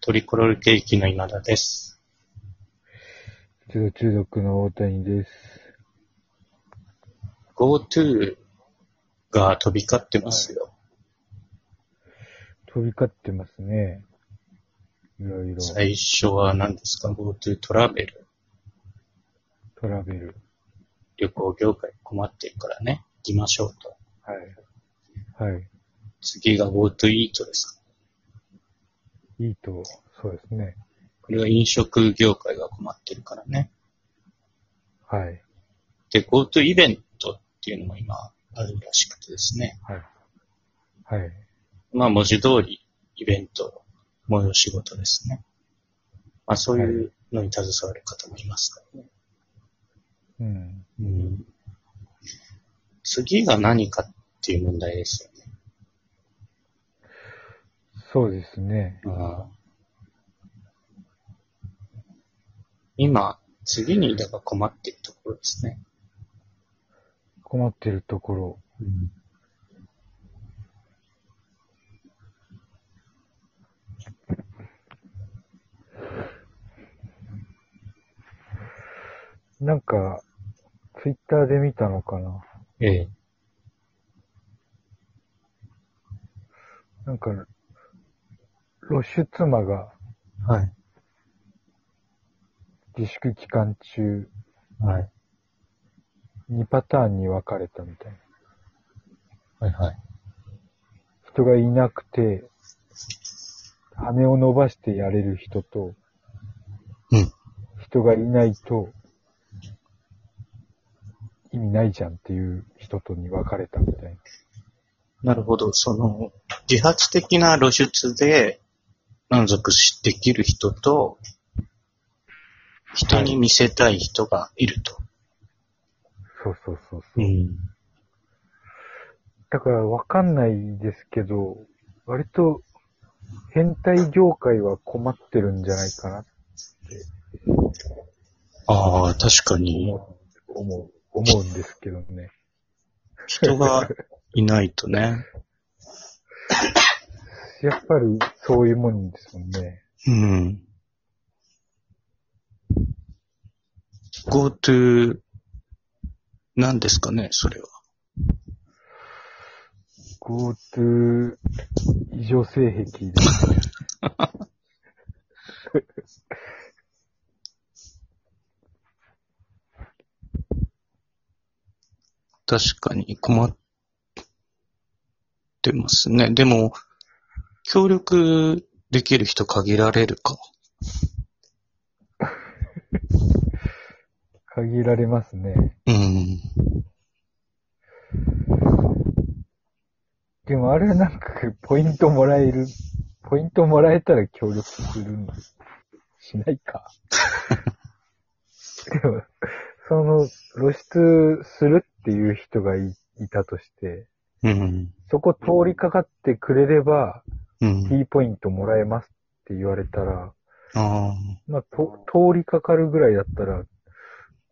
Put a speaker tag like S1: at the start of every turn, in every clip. S1: トリコロールケーキの今田です。
S2: 一度中毒の大谷です。
S1: GoTo が飛び交ってますよ。
S2: 飛び交ってますね。いろいろ。
S1: 最初は何ですか ?GoTo トラベル。
S2: トラベル。
S1: 旅行業界困ってるからね。行きましょうと。
S2: はい。はい。
S1: 次が GoTo イートですか。
S2: いいと、そうですね。
S1: これは飲食業界が困ってるからね。
S2: はい。
S1: で、GoTo イベントっていうのも今あるらしくてですね。
S2: はい。はい。
S1: まあ文字通りイベント、催し事ですね。まあそういうのに携わる方もいますからね。
S2: うん。
S1: うん次が何かっていう問題ですよね。
S2: そうですね。
S1: あ今、次にだから困っているところですね。
S2: 困ってるところ。なんか、ツイッターで見たのかな。
S1: ええ。
S2: なんか、露出妻が
S1: はい。
S2: 自粛期間中、
S1: はい。
S2: 2パターンに分かれたみたいな。
S1: はいはい。
S2: 人がいなくて、羽を伸ばしてやれる人と、
S1: うん
S2: 人がいないと、意味ないじゃんっていう人とに分かれたみたい
S1: な
S2: な。
S1: るほど。その、自発的な露出で満足しできる人と、人に見せたい人がいると。
S2: そうそうそうそう。
S1: うん。
S2: だから分かんないですけど、割と変態業界は困ってるんじゃないかなと
S1: ああ、確かに。
S2: 思う、思う、思うんですけどね。
S1: 人がいないとね。
S2: やっぱりそういうもんですもんね。
S1: うん。GoTo、なんですかね、それは。
S2: GoTo 異常性癖です。
S1: 確かに困ってますね。でも、協力できる人限られるか。
S2: 限られますね。
S1: うん。
S2: でもあれなんか、ポイントもらえる。ポイントもらえたら協力するんしないか。でも、その、露出するっていう人がいいたとして、
S1: うん。
S2: そこ通りかかってくれれば、
S1: うん。
S2: T ポイントもらえますって言われたら、
S1: あ
S2: まあ、と通りかかるぐらいだったら、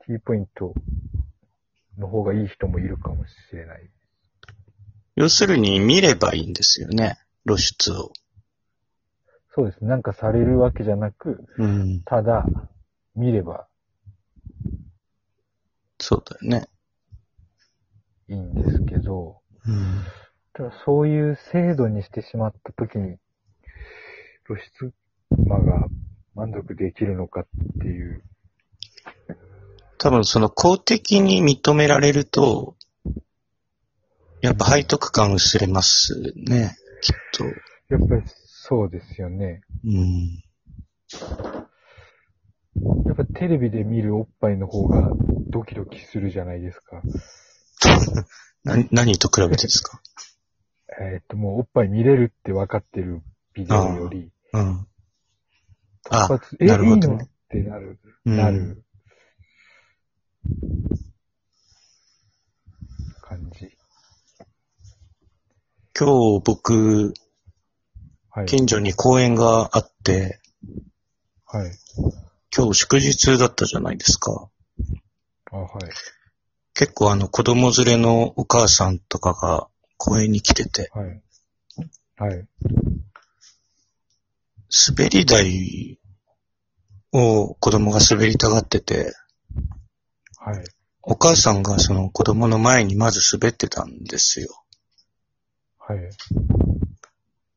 S2: T ポイントの方がいい人もいるかもしれない。
S1: 要するに見ればいいんですよね。露出を。
S2: そうです。なんかされるわけじゃなく、
S1: うん。
S2: ただ、見れば
S1: そうだよね。
S2: いいんですけど、
S1: うん。
S2: ただそういう制度にしてしまったときに、露出魔が満足できるのかっていう。
S1: 多分その公的に認められると、やっぱ背徳感薄れますね、きっと。
S2: やっぱりそうですよね。
S1: うん。
S2: やっぱテレビで見るおっぱいの方がドキドキするじゃないですか。
S1: な何と比べてですか
S2: えーっと、もうおっぱい見れるって分かってるビデオより、
S1: うん。あ
S2: 突発え、
S1: なるほ
S2: いい
S1: ど
S2: の
S1: ね
S2: ってなる、
S1: うん
S2: なる感じ。
S1: 今日僕、
S2: はい。
S1: 近所に公園があって、
S2: はい。
S1: 今日祝日だったじゃないですか。
S2: あ、はい。
S1: 結構あの子供連れのお母さんとかが公園に来てて、
S2: はい。はい。
S1: 滑り台を子供が滑りたがってて、
S2: はい。
S1: お母さんがその子供の前にまず滑ってたんですよ。
S2: はい。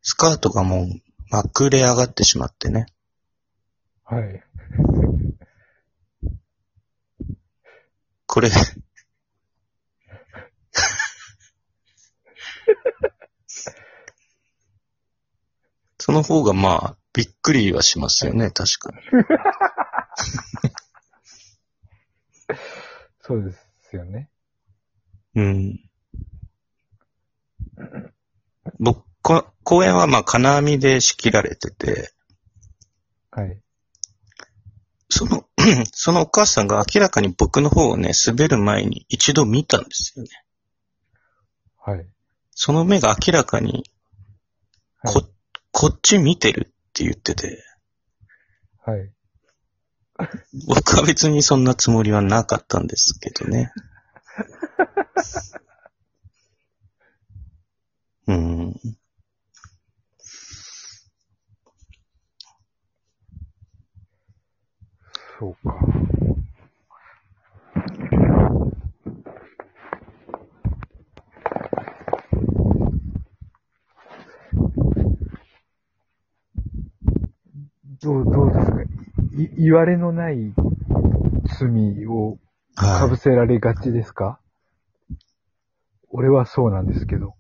S1: スカートがもうまくれ上がってしまってね。
S2: はい。
S1: これ、その方がまあ、びっくりはしますよね、確かに。
S2: そうですよね。
S1: うん。僕、こ公園はまあ金網で仕切られてて、
S2: はい。
S1: その、 そのお母さんが明らかに僕の方をね、滑る前に一度見たんですよね。
S2: はい。
S1: その目が明らかに、
S2: はい
S1: こ、こっち見てるって言ってて、
S2: はい。
S1: 僕は別にそんなつもりはなかったんですけどね。うん。
S2: そうか。どう、どうですかい、言われのない罪をか
S1: は
S2: ぶ
S1: い。
S2: せられがちですか、俺はそうなんですけど。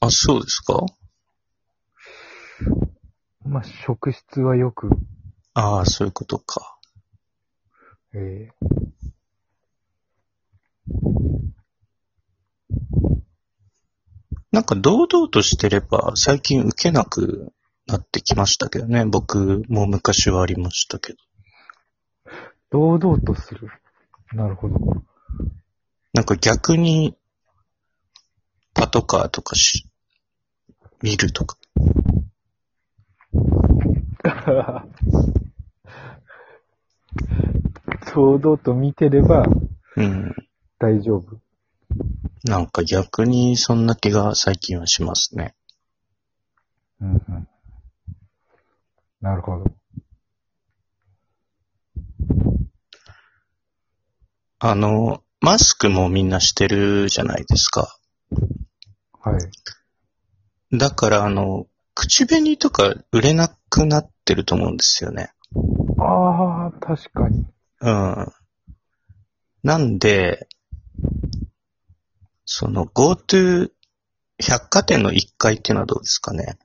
S1: あ、そうですか
S2: まあ、職質はよく、
S1: ああ、そういうことか。
S2: えー
S1: なんか堂々としてれば最近受けなくなってきましたけどね。僕も昔はありましたけど。
S2: 堂々とする。なるほど。
S1: なんか逆にパトカーとかし、見るとか。
S2: 堂々と見てれば
S1: うん。
S2: 大丈夫。
S1: なんか逆にそんな気が最近はしますね。
S2: うんうん。なるほど。
S1: あの、マスクもみんなしてるじゃないですか。
S2: はい。
S1: だからあの、口紅とか売れなくなってると思うんですよね。
S2: ああ、確かに。
S1: うん。なんで、その GoTo 百貨店の1階っていうのはどうですかね。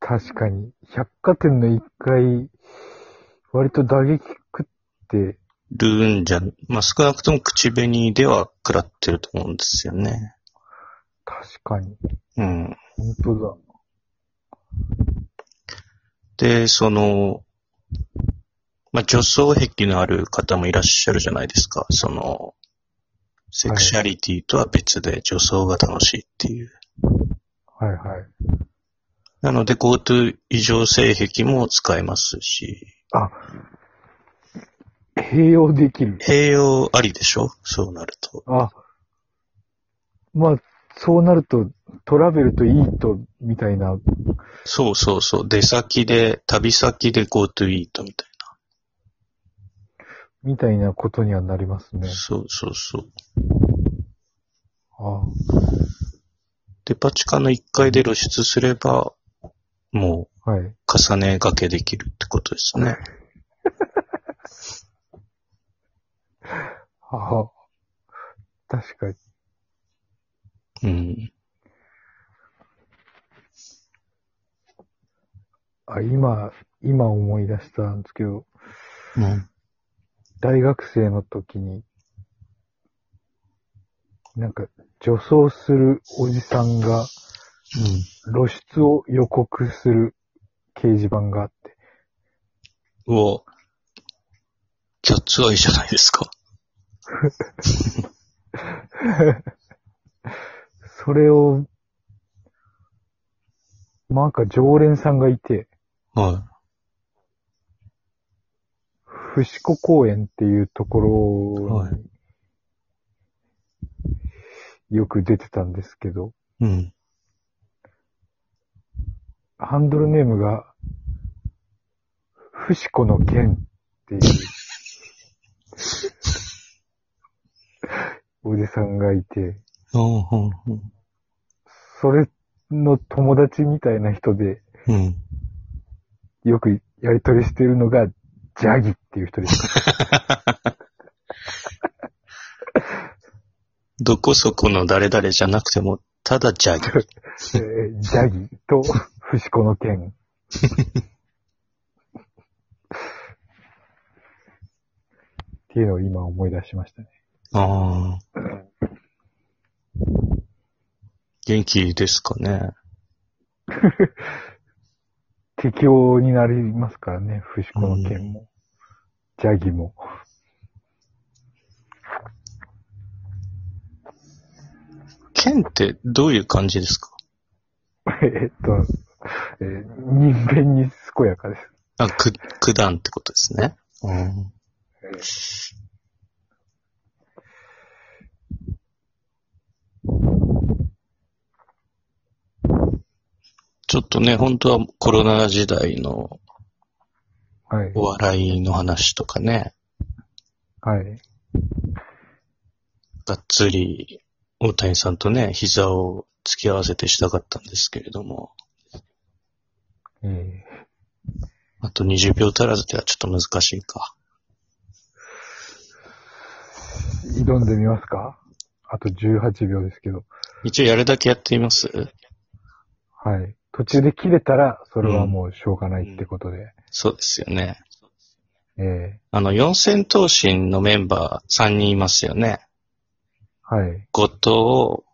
S2: 確かに。百貨店の一階、割と打撃食って、
S1: るんじゃ、まあ、少なくとも口紅では食らってると思うんですよね。
S2: 確かに。
S1: うん。
S2: 本当
S1: で、その、まあ、女装癖のある方もいらっしゃるじゃないですか。その、セクシャリティとは別で女装が楽しいっていう。
S2: だ。はいはい。
S1: なので GoTo 異常性癖も使えますし。
S2: あ、併用できる。
S1: 栄養ありでしょそうなると。
S2: あ、まあ、そうなると、トラベルとイートみたいな、
S1: そうそうそう。出先で、旅先で GoTo イートみたい
S2: みたいなことにはなりますね
S1: な。。そうそうそう。
S2: あ
S1: デパ地下の1階で露出すれば、もう
S2: はい。
S1: 重ね掛けできるってことですね。
S2: ああ確かに。
S1: うん。
S2: あ、今、今思い出したんですけど、
S1: うん。
S2: 大学生の時に、なんか、女装するおじさんが露出を予告する掲示板があって、
S1: うん。うわ。キャッツアイじゃないですか。
S2: それを、なんか常連さんがいて、
S1: は
S2: 伏子公園っていうところに、
S1: は
S2: よく出てたんですけど、
S1: い。うん。
S2: ハンドルネームが、フシコの剣っていう、おじさんがいて、
S1: うんうんうん
S2: それの友達みたいな人で、
S1: うん。
S2: よくやりとりしてるのが、ジャギっていう人です。
S1: どこそこの誰々じゃなくても、ただジャギ。
S2: えージャギと、フシコの剣。っていうのを今思い出しましたね。
S1: ああ。元気ですかね。
S2: 適応になりますからね、フシコの剣も、ジャギも。
S1: 剣ってどういう感じですか
S2: えっと、えー人間に健やかです。
S1: あ、く、九段ってことですね。うん。ちょっとね、本当はコロナ時代の
S2: はい。
S1: お笑いの話とかね、
S2: はい。
S1: がっつり大谷さんとね、膝を突き合わせてしたかったんですけれども、
S2: えー
S1: あと20秒足らずではちょっと難しいか。
S2: 挑んでみますかあと18秒ですけど。
S1: 一応やるだけやってみます
S2: はい。途中で切れたら、それはもうしょうがないってことで。
S1: そうですよね。
S2: え
S1: あの、四千頭身のメンバー3人いますよね。
S2: ーはい。
S1: 後藤、